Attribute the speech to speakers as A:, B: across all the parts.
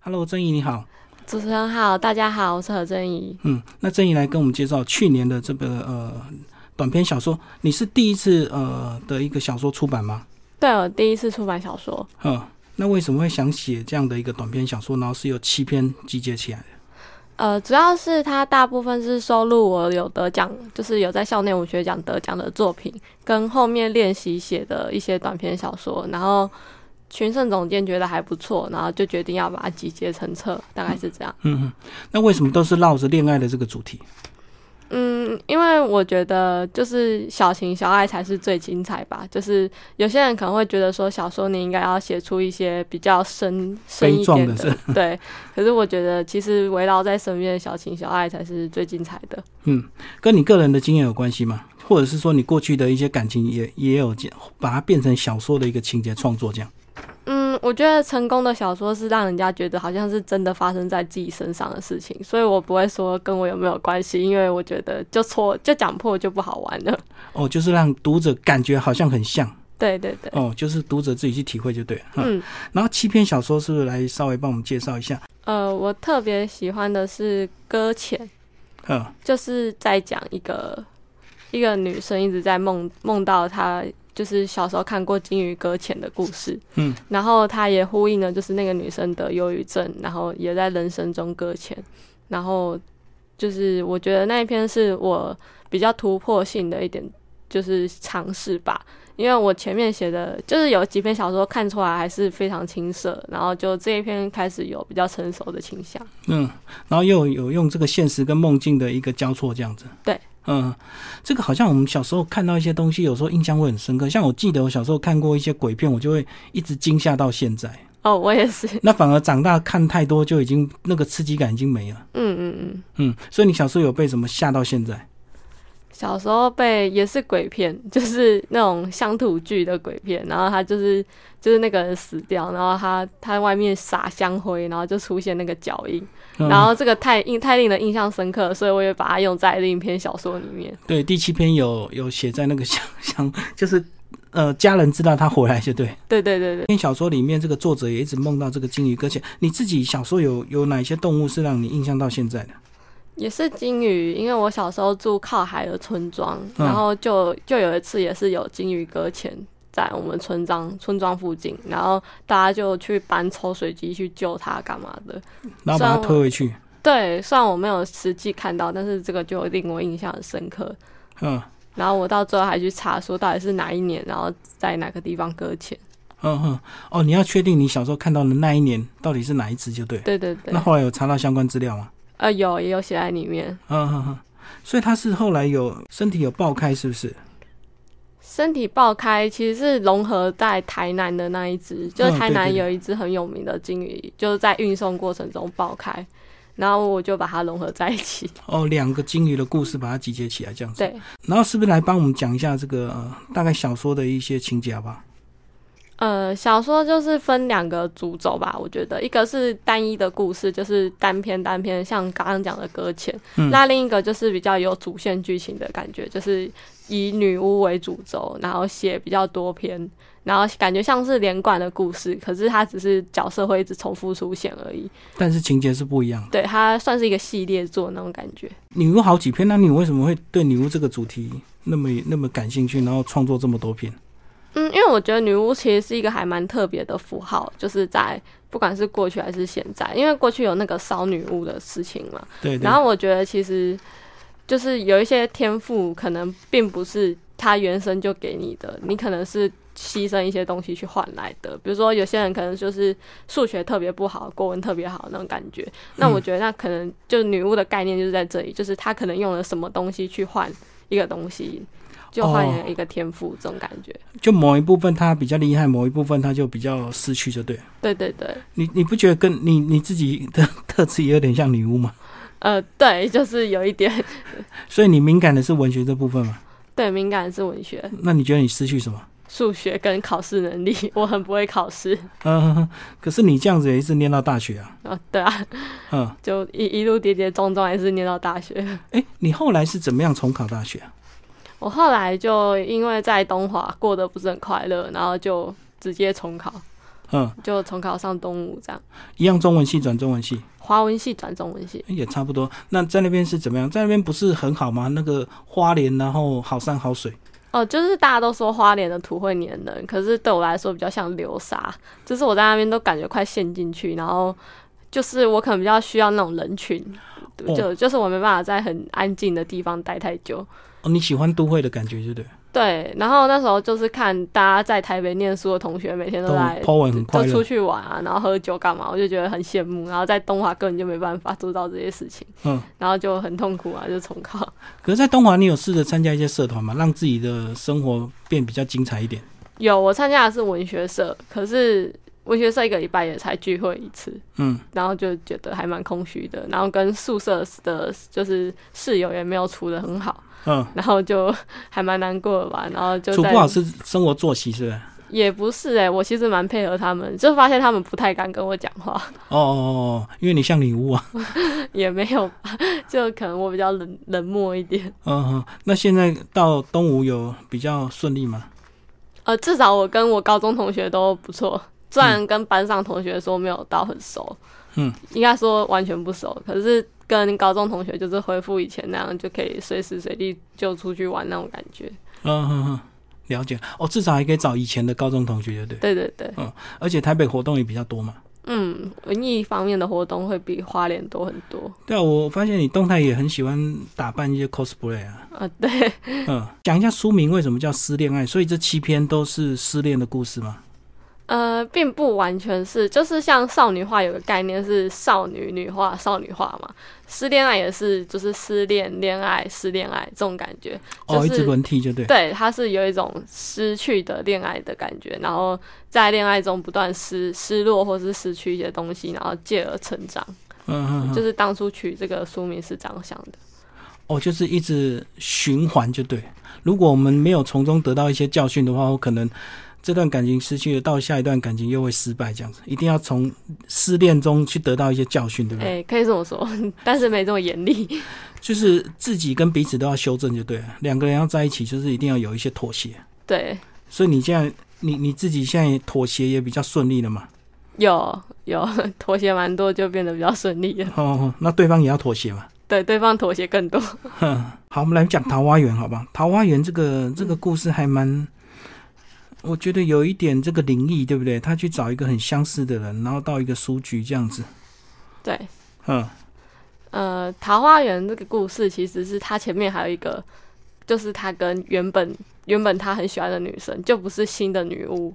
A: Hello，郑怡你好。
B: 主持人好，大家好，我是何正怡。
A: 嗯，那郑怡来跟我们介绍去年的这个呃短篇小说，你是第一次呃的一个小说出版吗？
B: 对我第一次出版小说，
A: 嗯，那为什么会想写这样的一个短篇小说，然后是由七篇集结起来的？
B: 呃，主要是它大部分是收录我有得奖，就是有在校内文学奖得奖的作品，跟后面练习写的一些短篇小说。然后群胜总监觉得还不错，然后就决定要把它集结成册，大概是这样。
A: 嗯嗯，那为什么都是绕着恋爱的这个主题？
B: 嗯，因为我觉得就是小情小爱才是最精彩吧。就是有些人可能会觉得说，小说你应该要写出一些比较深深
A: 悲
B: 一
A: 壮
B: 点
A: 的
B: 的， 对。可是我觉得，其实围绕在身边的小情小爱才是最精彩的。
A: 嗯，跟你个人的经验有关系吗？或者是说你过去的一些感情也也有这样把它变成小说的一个情节创作这样？
B: 嗯，我觉得成功的小说是让人家觉得好像是真的发生在自己身上的事情，所以我不会说跟我有没有关系，因为我觉得就错就讲破就不好玩了。
A: 哦，就是让读者感觉好像很像
B: 对对对，
A: 哦，就是读者自己去体会就对了。嗯，
B: 嗯。
A: 然后七篇小说是不是来稍微帮我们介绍一下？
B: 呃，我特别喜欢的是《搁浅》。
A: 嗯，
B: 就是在讲一个一个女生一直在梦梦到她就是小时候看过《金鱼搁浅》的故事，
A: 嗯，
B: 然后她也呼应了就是那个女生得忧郁症，然后也在人生中搁浅，然后就是我觉得那一篇是我比较突破性的一点，就是尝试吧。因为我前面写的，就是有几篇小说看出来还是非常青涩，然后就这一篇开始有比较成熟的倾向。
A: 嗯，然后又有用这个现实跟梦境的一个交错这样子。
B: 对，
A: 嗯，这个好像我们小时候看到一些东西，有时候印象会很深刻。像我记得我小时候看过一些鬼片，我就会一直惊吓到现在。
B: 哦，我也是，
A: 那反而长大看太多，就已经那个刺激感已经没了。
B: 嗯嗯嗯。
A: 嗯，所以你小时候有被什么吓到现在？
B: 小时候被也是鬼片， 就是那种乡土剧的鬼片，然后他就是就是那个人死掉，然后他他外面撒香灰，然后就出现那个脚印，
A: 嗯、
B: 然后这个太印太令人印象深刻，所以我也把它用在另一篇小说里面。
A: 对第七篇有有写在那个 香香，就是呃家人知道他回来就对。
B: 对对对对，
A: 篇小说里面，这个作者也一直梦到这个金鱼搁浅。你自己小时候有有哪些动物是让你印象到现在的？
B: 也是金鱼，因为我小时候住靠海的村庄，
A: 嗯
B: 然后就就有一次也是有金鱼搁浅。在我们村庄村庄附近，然后大家就去搬抽水机去救它干嘛的，
A: 然后把它
B: 算我
A: 推回去。
B: 对，虽然我没有实际看到，但是这个就令我印象很深刻。
A: 嗯
B: 然后我到最后还去查说到底是哪一年，然后在哪个地方搁浅。
A: 嗯嗯，哦，你要确定你小时候看到的那一年到底是哪一只就对了。
B: 对对对
A: 那，后来有查到相关资料吗？
B: 呃，有也有写在里面。
A: 嗯嗯嗯，所以他是后来有身体有爆开，是不是？
B: 身体爆开其实是融合在台南的那一只，就
A: 嗯
B: 是台
A: 对
B: 南
A: 对对
B: 有一只很有名的金鱼，就是在运送过程中爆开，然后我就把它融合在一起。
A: 哦，两个金鱼的故事把它集结起来这样子。
B: 对，
A: 然后是不是来帮我们讲一下这个、呃、大概小说的一些情节好不好？
B: 呃，小说就是分两个主轴吧，我觉得一个是单一的故事，就是单篇单篇，像刚刚讲的搁浅；
A: 嗯
B: 那另一个就是比较有主线剧情的感觉，就是以女巫为主轴，然后写比较多篇，然后感觉像是连贯的故事，可是它只是角色会一直重复出现而已。
A: 但是情节是不一样的。
B: 对，它算是一个系列作那种感觉。
A: 女巫好几篇，那你为什么会对女巫这个主题那么那么感兴趣，然后创作这么多篇？
B: 嗯，因为我觉得女巫其实是一个还蛮特别的符号，就是在不管是过去还是现在，因为过去有那个烧女巫的事情嘛。
A: 对对
B: 然后我觉得其实就是有一些天赋，可能并不是他原生就给你的，你可能是牺牲一些东西去换来的。比如说有些人可能就是数学特别不好，国文特别好那种感觉。那我觉得那可能就女巫的概念就是在这里，就是她可能用了什么东西去换一个东西。就换
A: 哦
B: 了一个天赋，这种感觉。
A: 就某一部分他比较厉害，某一部分他就比较失去，就对了。
B: 对对对，
A: 你你不觉得跟你你自己的 特质也有点像女巫吗？
B: 呃，对，就是有一点
A: 所以你敏感的是文学这部分嘛？
B: 对敏感是文学、
A: 那你觉得你失去什么？
B: 数学跟考试能力，我很不会考试。
A: 嗯、 可是你这样子也一直念到大学啊。
B: 啊，对啊，
A: 嗯、
B: 就一一路跌跌撞撞，还是念到大学。
A: 诶，你后来是怎么样重考大学啊？
B: 我后来就因为在东华过得不是很快乐，然后就直接重考。
A: 嗯、嗯，
B: 就重考上东吴这样，
A: 一样中文系转中文系
B: 华文系转中文系。
A: 也差不多。那在那边是怎么样？在那边不是很好吗？那个花莲，然后好山好水，
B: 哦，就是大家都说花莲的土会黏人，可是对我来说比较像流沙，就是我在那边都感觉快陷进去，然后就是我可能比较需要那种人群，
A: 哦
B: 就就是我没办法在很安静的地方待太久。
A: 哦，你喜欢都会的感觉，对不对？
B: 对，然后那时候就是看大家在台北念书的同学每天
A: 都
B: 都来
A: Po 文很快
B: 就出
A: 乐，
B: 去玩啊，然后喝酒干嘛，我就觉得很羡慕。然后在东华根本就没办法做到这些事情，
A: 嗯。
B: 然后就很痛苦啊，就重考。
A: 可是，在东华，你有试着参加一些社团吗？让自己的生活变比较精彩一点。
B: 有我参加的啊是文学社，可是文学社一个礼拜也才聚会一次，
A: 嗯，
B: 然后就觉得还蛮空虚的。然后跟宿舍的，就是室友也没有处的很好，
A: 嗯，
B: 然后就还蛮难过的吧。然后就
A: 处
B: 在
A: 不好是生活作息，是不是？
B: 也不是哎、我其实蛮配合他们，就发现他们不太敢跟我讲话，
A: 哦哦哦，因为你像礼物啊。
B: 也没有 吧，就可能我比较冷冷漠一点。
A: 嗯哼，那现在到东吴有比较顺利吗？
B: 呃，至少我跟我高中同学都不错，虽然跟班上同学说没有到很熟，
A: 嗯，
B: 应该说完全不熟，可是跟高中同学就是恢复以前那样，就可以随时随地就出去玩那种感觉。
A: 嗯哼哼，了解。哦，至少还可以找以前的高中同学，对不对？
B: 对对对，
A: 而且台北活动也比较多嘛。
B: 嗯，文艺方面的活动会比花莲多很多。
A: 对啊，我发现你动态也很喜欢打扮一些 cosplay 啊。
B: 啊、对，
A: 嗯，讲一下书名为什么叫《失恋爱》，所以这七篇都是失恋的故事吗？
B: 呃，并不完全是，就是像少女画有个概念是少女女画、少女画嘛，失恋爱也是，就是失恋、恋爱、失恋爱这种感觉。
A: 哦，
B: 就
A: 一
B: 是
A: 直轮替，就对。
B: 对，它是有一种失去的恋爱的感觉，然后在恋爱中不断失失落或是失去一些东西，然后进而成长。
A: 嗯哼哼，
B: 就是当初取这个书名是这样想的。
A: 哦，就是一直循环就对。如果我们没有从中得到一些教训的话，我可能这段感情失去了，到下一段感情又会失败，这样子，一定要从失恋中去得到一些教训，对不对？
B: 哎、可以这么说，但是没这么严厉。
A: 就是自己跟彼此都要修正就对了，两个人要在一起，就是一定要有一些妥协。
B: 对，
A: 所以你现在，你你自己现在妥协也比较顺利了嘛？
B: 有有妥协蛮多，就变得比较顺利了。
A: 哦，那对方也要妥协嘛？
B: 对，对方妥协更多。
A: 哼，好，我们来讲《桃花源》，好吧？《桃花源》这个这个故事还蛮，我觉得有一点这个灵异，对不对？他去找一个很相似的人，然后到一个书局这样子。
B: 对，
A: 嗯，
B: 呃，桃花源这个故事其实是他前面还有一个，就是他跟原本原本他很喜欢的女生，就不是新的女巫，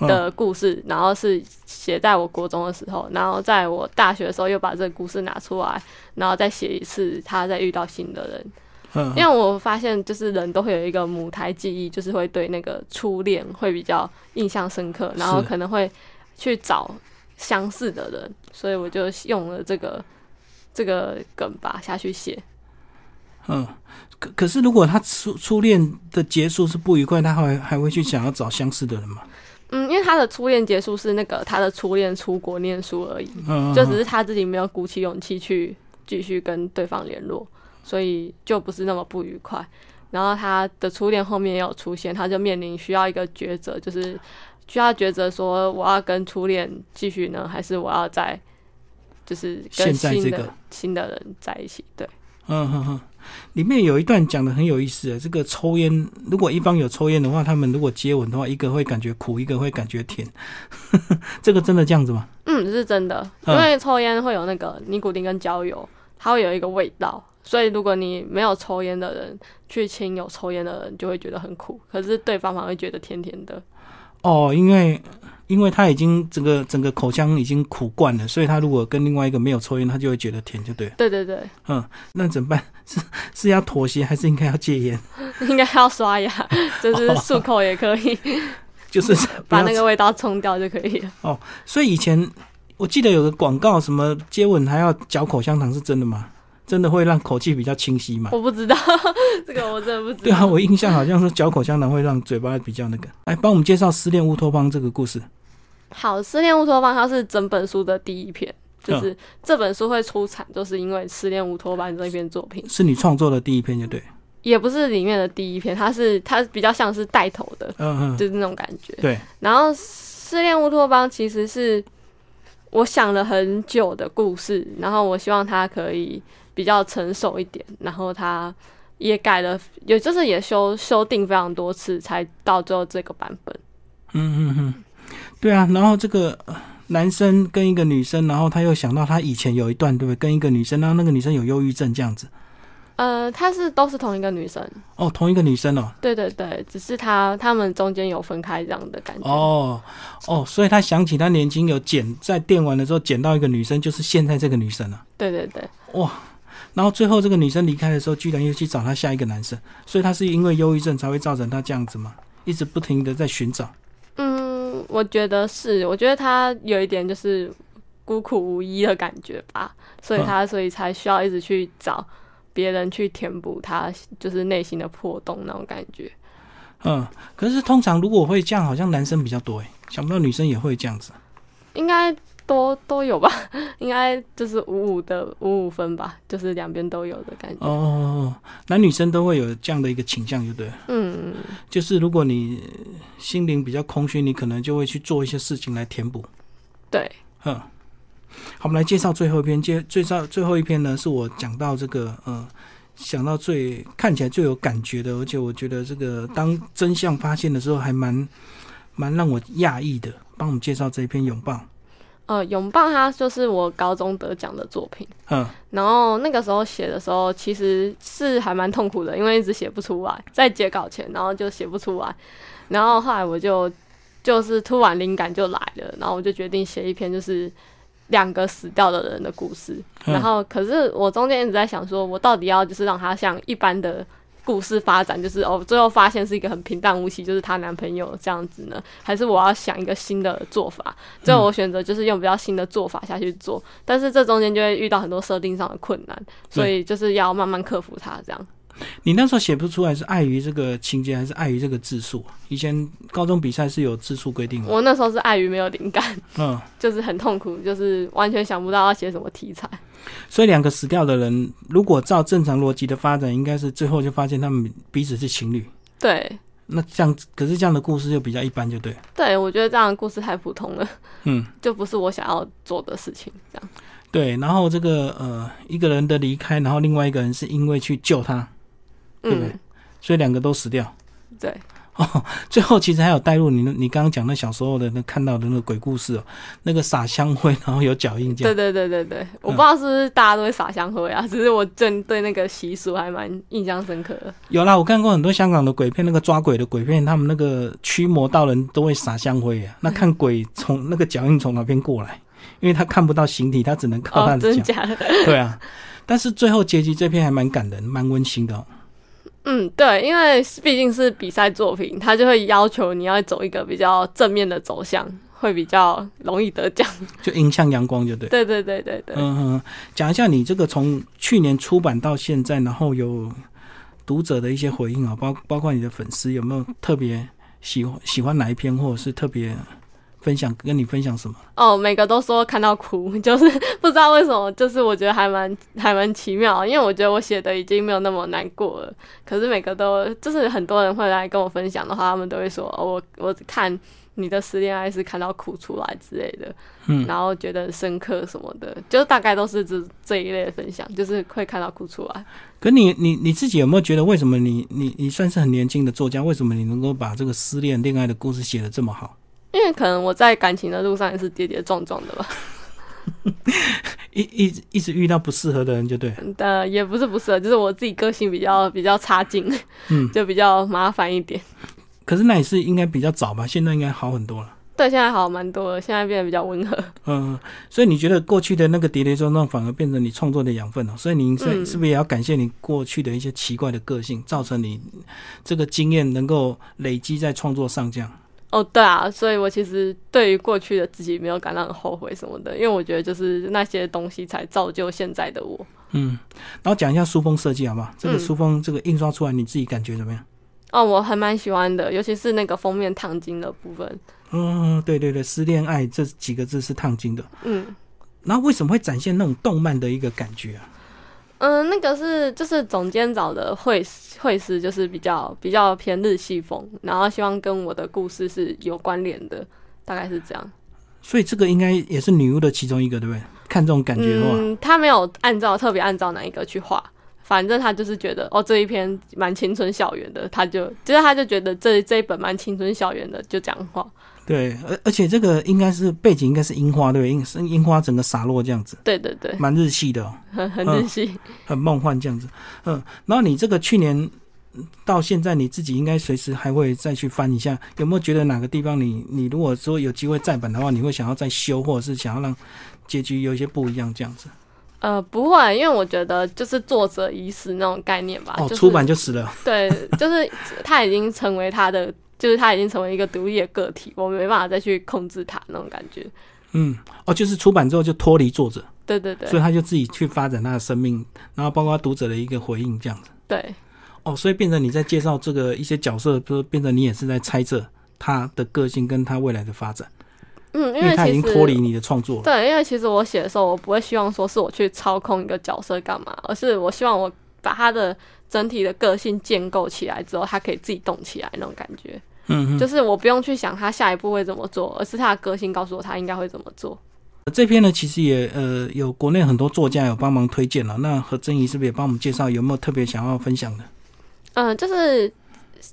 A: 嗯
B: 的故事，然后是写在我国中的时候，然后在我大学的时候又把这个故事拿出来，然后再写一次他再遇到新的人，
A: 嗯，
B: 因为我发现就是人都会有一个母胎记忆，就是会对那个初恋会比较印象深刻，然后
A: 是
B: 可能会去找相似的人，所以我就用了这个这个梗吧下去写。
A: 嗯。可可是，如果他初初恋的结束是不愉快，他还还会去想要找相似的人嘛？
B: 嗯，因为他的初恋结束是那个他的初恋出国念书而已，
A: 嗯，
B: 就只是他自己没有鼓起勇气去继续跟对方联络，所以就不是那么不愉快。然后他的初恋后面也有出现，他就面临需要一个抉择，就是需要抉择说我要跟初恋继续呢，还是我要再就是跟
A: 现在
B: 新的、
A: 这个
B: 新的人在一起？对，
A: 嗯哼哼，里面有一段讲的很有意思，啊这个抽烟，如果一方有抽烟的话，他们如果接吻的话，一个会感觉苦，一个会感觉甜， 这个真的这样子吗？
B: 嗯，是真的，因
A: 嗯
B: 为抽烟会有那个尼古丁跟焦油，它会有一个味道，所以如果你没有抽烟的人去亲有抽烟的人，就会觉得很苦，可是对方反而会觉得甜甜的。
A: 哦，因为因为他已经整个整个口腔已经苦惯了，所以他如果跟另外一个没有抽烟，他就会觉得甜，就对了。嗯
B: 对对 对，
A: 那怎么办？ 是是要妥协，还是应该要戒烟？
B: 应该要刷牙， 就是漱口也可 以，
A: 就是不
B: 嗯把
A: 要
B: 那个味道冲掉就可以了。
A: 所以以前我记得有个广告，什么接吻还要嚼口香糖，是真的吗？真的会让口气比较清晰吗？
B: 我不知道 这个，我真的不知
A: 对
B: 道。
A: 啊，我印象好像是嚼口香糖会让嘴巴比较那个。来帮我们介绍《失恋乌托邦》这个故事。
B: 好，《失恋乌托邦》它是整本书的第一篇，
A: 嗯
B: 就是这本书会出产，就是因为《失恋乌托邦》这篇作品，
A: 嗯是你创作的第一篇，就对。
B: 也不是里面的第一篇，它是它比较像是带头的，
A: 嗯嗯，
B: 就是那种感觉。
A: 对，
B: 然后《失恋乌托邦其实是我想了很久的故事，然后我希望它可以比较成熟一点，然后它也改了，也就是也修修订非常多次，才到最后这个版本。
A: 嗯嗯嗯，对啊，然后这个呃男生跟一个女生，然后他又想到他以前有一段，对不对？跟一个女生，然后那个女生有忧郁症这样子。
B: 呃，她是都是同一个女生，
A: 哦，同一个女生哦，
B: 对对对，只是她他们中间有分开这样的感觉。
A: 哦哦，所以他想起他年轻有捡在电玩的时候捡到一个女生，就是现在这个女生啊。
B: 对对对，
A: 然后最后这个女生离开的时候，居然又去找他下一个男生，所以他是因为忧郁症才会造成他这样子嘛，一直不停的在寻找。
B: 嗯，我觉得是，我觉得她有一点就是孤苦无依的感觉吧，所以她所以才需要一直去找别人去填补她就是内心的破洞那种感觉。
A: 嗯，可是通常如果会这样，好像男生比较多诶，欸想不到女生也会这样子。
B: 应该都都有吧，应该就是五五的五五分吧，就是两边都有的感觉。
A: 哦，男女生都会有这样的一个倾向，就对了。
B: 嗯，
A: 就是如果你呃心灵比较空虚，你可能就会去做一些事情来填补。
B: 对，
A: 嗯，好，我们来介绍最后一篇。介介绍最后一篇呢，是我讲到这个，呃，想到最看起来最有感觉的，而且我觉得这个当真相发现的时候，还蛮蛮让我讶异的。帮我们介绍这一篇拥抱，
B: 呃，拥抱它就是我高中得奖的作品，
A: 嗯，
B: 然后那个时候写的时候其实是还蛮痛苦的，因为一直写不出来，在截稿前然后就写不出来，然后后来我就就是突然灵感就来了，然后我就决定写一篇就是两个死掉的人的故事，
A: 嗯
B: 然后可是我中间一直在想说，我到底要就是让她像一般的故事发展，就是哦，最后发现是一个很平淡无奇，就是她男朋友这样子呢，还是我要想一个新的做法？最后我选择就是用比较新的做法下去做，但是这中间就会遇到很多设定上的困难，所
A: 嗯
B: 以就是要慢慢克服它这样。
A: 你那时候写不出来是碍于这个情节，还是碍于这个字数？以前高中比赛是有字数规定的，
B: 我那时候是碍于没有灵感，
A: 嗯，
B: 就是很痛苦，就是完全想不到要写什么题材。
A: 所以两个死掉的人，如果照正常逻辑的发展，应该是最后就发现他们彼此是情侣。
B: 对，
A: 那这样，可是这样的故事就比较一般，就对了。
B: 对我觉得这样的故事太普通了，
A: 嗯，
B: 就不是我想要做的事情。这样，
A: 对。然后这个呃，一个人的离开，然后另外一个人是因为去救他，对不对
B: 嗯，
A: 所以两个都死掉。
B: 对，
A: 哦，最后其实还有带入你那你刚刚讲那小时候的那看到的那个鬼故事哦，那个撒香灰，然后有脚印这
B: 对
A: 样。嗯
B: 对对对对，我不知道是不是大家都会撒香灰啊，只是我真对那个习俗还蛮印象 深刻的。
A: 有啦，我看过很多香港的鬼片，那个抓鬼的鬼片，他们那个驱魔道人都会撒香灰啊。那看鬼从那个脚印从哪边过来，因为他看不到形体，他只能靠他
B: 哦，
A: 的
B: 真
A: 脚。
B: 的假的？
A: 对啊，但是最后结局这篇还蛮感人，蛮温馨的、哦。
B: 嗯，对，因为毕竟是比赛作品，他就会要求你要走一个比较正面的走向，会比较容易得奖。
A: 就迎向阳光就对。
B: 对对对对对，
A: 嗯嗯，讲一下你这个从去年出版到现在，然后有读者的一些回应啊，包包括你的粉丝有没有特别喜欢喜欢哪一篇，或者是特别分享跟你分享什么？
B: 哦，每个都说看到哭， 就是不知道为什么，就是我觉得还蛮还蛮奇妙，因为我觉得我写的已经没有那么难过了，可是每个都就是很多人会来跟我分享的话，他们都会说，哦、我我看你的失恋爱是看到哭出来之类的，
A: 嗯
B: 然后觉得很深刻什么的，就大概都是这这一类的分享，就是会看到哭出来。
A: 可你你你自己有没有觉得，为什么你你你算是很年轻的作家，为什么你能够把这个失恋恋爱的故事写得这么好？
B: 因为可能我在感情的路上也是跌跌撞撞的吧，
A: 一一直一直遇到不适合的人就对了，
B: 但也不是不适合，就是我自己个性比较比较差劲，
A: 嗯，
B: 就比较麻烦一点。
A: 可是那也是应该比较早吧，现在应该好很多了。
B: 对，现在好蛮多了，现在变得比较温和。
A: 嗯，所以你觉得过去的那个跌跌撞撞反而变成你创作的养分了、哦所以你是、
B: 嗯
A: 是不是也要感谢你过去的一些奇怪的个性，造成你这个经验能够累积在创作上这样？
B: 哦，对啊，所以我其实对于过去的自己没有感到很后悔什么的，因为我觉得就是那些东西才造就现在的我。
A: 嗯，然后讲一下书封设计好不好？这个
B: 嗯
A: 书封这个印刷出来，你自己感觉怎么样？
B: 哦，我还蛮喜欢的，尤其是那个封面烫金的部分。
A: 嗯，对对对，失恋爱这几个字是烫金的。
B: 嗯，
A: 然后为什么会展现那种动漫的一个感觉啊？
B: 嗯，那个是就是总监找的绘师绘师，就是比较比较偏日系风，然后希望跟我的故事是有关联的，大概是这样。
A: 所以这个应该也是女巫的其中一个，对不对？看这种感觉的话，
B: 嗯，他没有按照特别按照哪一个去画，反正他就是觉得哦这一篇蛮青春校园的，他就就是他就觉得这这一本蛮青春校园的，就这样画。
A: 对，而而且这个应该是背景应该是樱花，对不对？樱是樱花整个洒落这样子，
B: 对对 对，
A: 蛮日系的、哦，
B: 很很日系。
A: 很梦幻这样子。嗯，然后你这个去年嗯到现在，你自己应该随时还会再去翻一下，有没有觉得哪个地方你你如果说有机会再版的话，你会想要再修，或者是想要让结局有一些不一样这样子？
B: 呃，不会，因为我觉得就是作者已死那种概念吧。
A: 哦，
B: 啊就是、
A: 出版就死了。
B: 对，就是他已经成为他的，就是他已经成为一个独立的个体，我没办法再去控制他那种感觉。
A: 嗯，哦，就是出版之后就脱离作者，
B: 对对对
A: 所以他就自己去发展他的生命，然后包括读者的一个回应这样子。
B: 对
A: 哦，所以变成你在介绍这个一些角色，就是变成你也是在猜测他的个性跟他未来的发展，
B: 嗯，
A: 因
B: 因为
A: 他已
B: 其
A: 经
B: 实
A: 脱离你的创作了。
B: 对，因为其实我写的时候，我不会希望说是我去操控一个角色干嘛，而是我希望我把他的整体的个性建构起来之后，他可以自己动起来那种感觉。
A: 嗯
B: 就
A: 哼，
B: 是我不用去想他下一步会怎么做，而是他的个性告诉我他应该会怎么做。
A: 这篇呢其实也呃有国内很多作家有帮忙推荐了，那何珍怡是不是也帮我们介绍有没有特别想要分享的？
B: 嗯，就是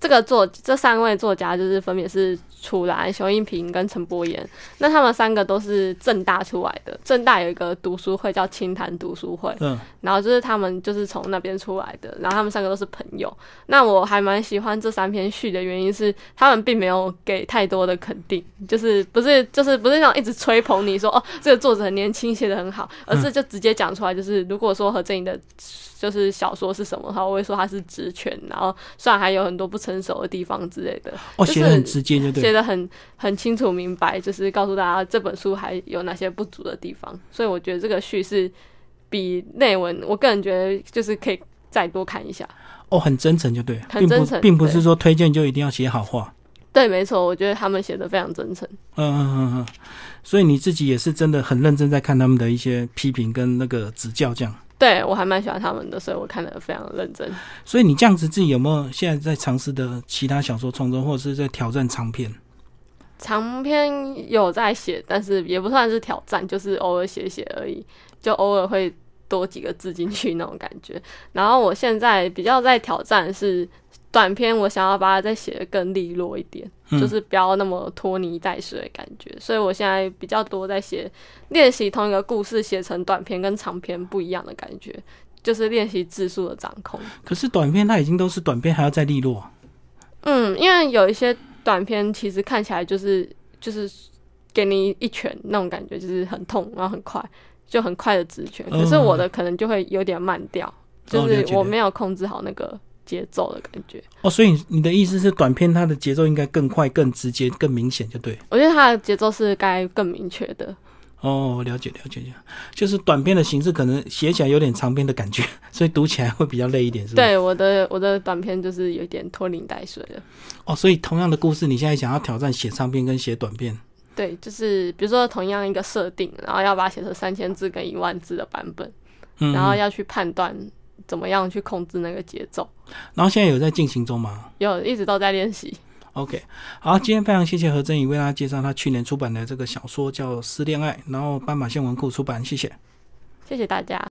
B: 这个作这三位作家，就是分别是楚岚、熊一平跟陈柏言。那他们三个都是正大出来的，正大有一个读书会叫清谈读书会，
A: 嗯，
B: 然后就是他们就是从那边出来的，然后他们三个都是朋友。那我还蛮喜欢这三篇序的原因是，他们并没有给太多的肯定，就是不是就是不是那种一直吹捧你说哦这个作者很年轻写的很好，而是就直接讲出来，就是如果说何振宇的。就是小说是什么的话，我会说它是职权，然后虽然还有很多不成熟的地方之类的，
A: 哦，
B: 就是
A: 写的很直接，就
B: 写
A: 对。
B: 的很很清楚明白，就是告诉大家这本书还有哪些不足的地方。所以我觉得这个序是比内文，我个人觉得就是可以再多看一下。
A: 哦，很真诚，就对，
B: 很
A: 并
B: 真
A: 不
B: 诚
A: 并不是
B: 对
A: 说推荐就一定要写好话。
B: 对，没错，我觉得他们写的非常真诚。
A: 嗯嗯嗯嗯，所以你自己也是真的很认真在看他们的一些批评跟那个指教这样。
B: 对我还蛮喜欢他们的，所以我看得非常认真。
A: 所以你这样子自己有没有现在在尝试的其他小说创作，或者是在挑战长篇？
B: 长篇有在写，但是也不算是挑战，就是偶尔写写而已，就偶尔会多几个字进去那种感觉。然后我现在比较在挑战是短篇，我想要把它再写得更利落一点，
A: 嗯
B: 就是不要那么拖泥带水的感觉。所以我现在比较多在写练习同一个故事写成短篇跟长篇不一样的感觉，就是练习字数的掌控。
A: 可是短篇它已经都是短篇，还要再利落。
B: 嗯，因为有一些短片其实看起来就是就是给你一拳那种感觉，就是很痛，然后很快，就很快的直拳。
A: 嗯哦
B: 可是我的可能就会有点慢掉，就
A: 了
B: 是
A: 解
B: 我
A: 了
B: 没有控制好那个节奏的感觉。
A: 哦，所以你你的意思是短篇它的节奏应该更快、更直接、更明显，就对。
B: 我觉得它的节奏是该更明确的。
A: 哦，了解了解，就是短篇的形式可能写起来有点长篇的感觉，所以读起来会比较累一点，是吧？。
B: 对，我的我的短片就是有点拖泥带水了。
A: 哦，所以同样的故事，你现在想要挑战写长篇跟写短篇。
B: 对，就是比如说同样一个设定，然后要把它写成三千字跟一万字的版本，
A: 嗯，
B: 然后要去判断怎么样去控制那个节奏，
A: 然后现在有在进行中吗？
B: 有一直都在练习。
A: OK，好，今天非常谢谢何振宇为大家介绍他去年出版的这个小说叫《失恋爱》，然后斑马线文库出版，谢谢。
B: 谢谢大家。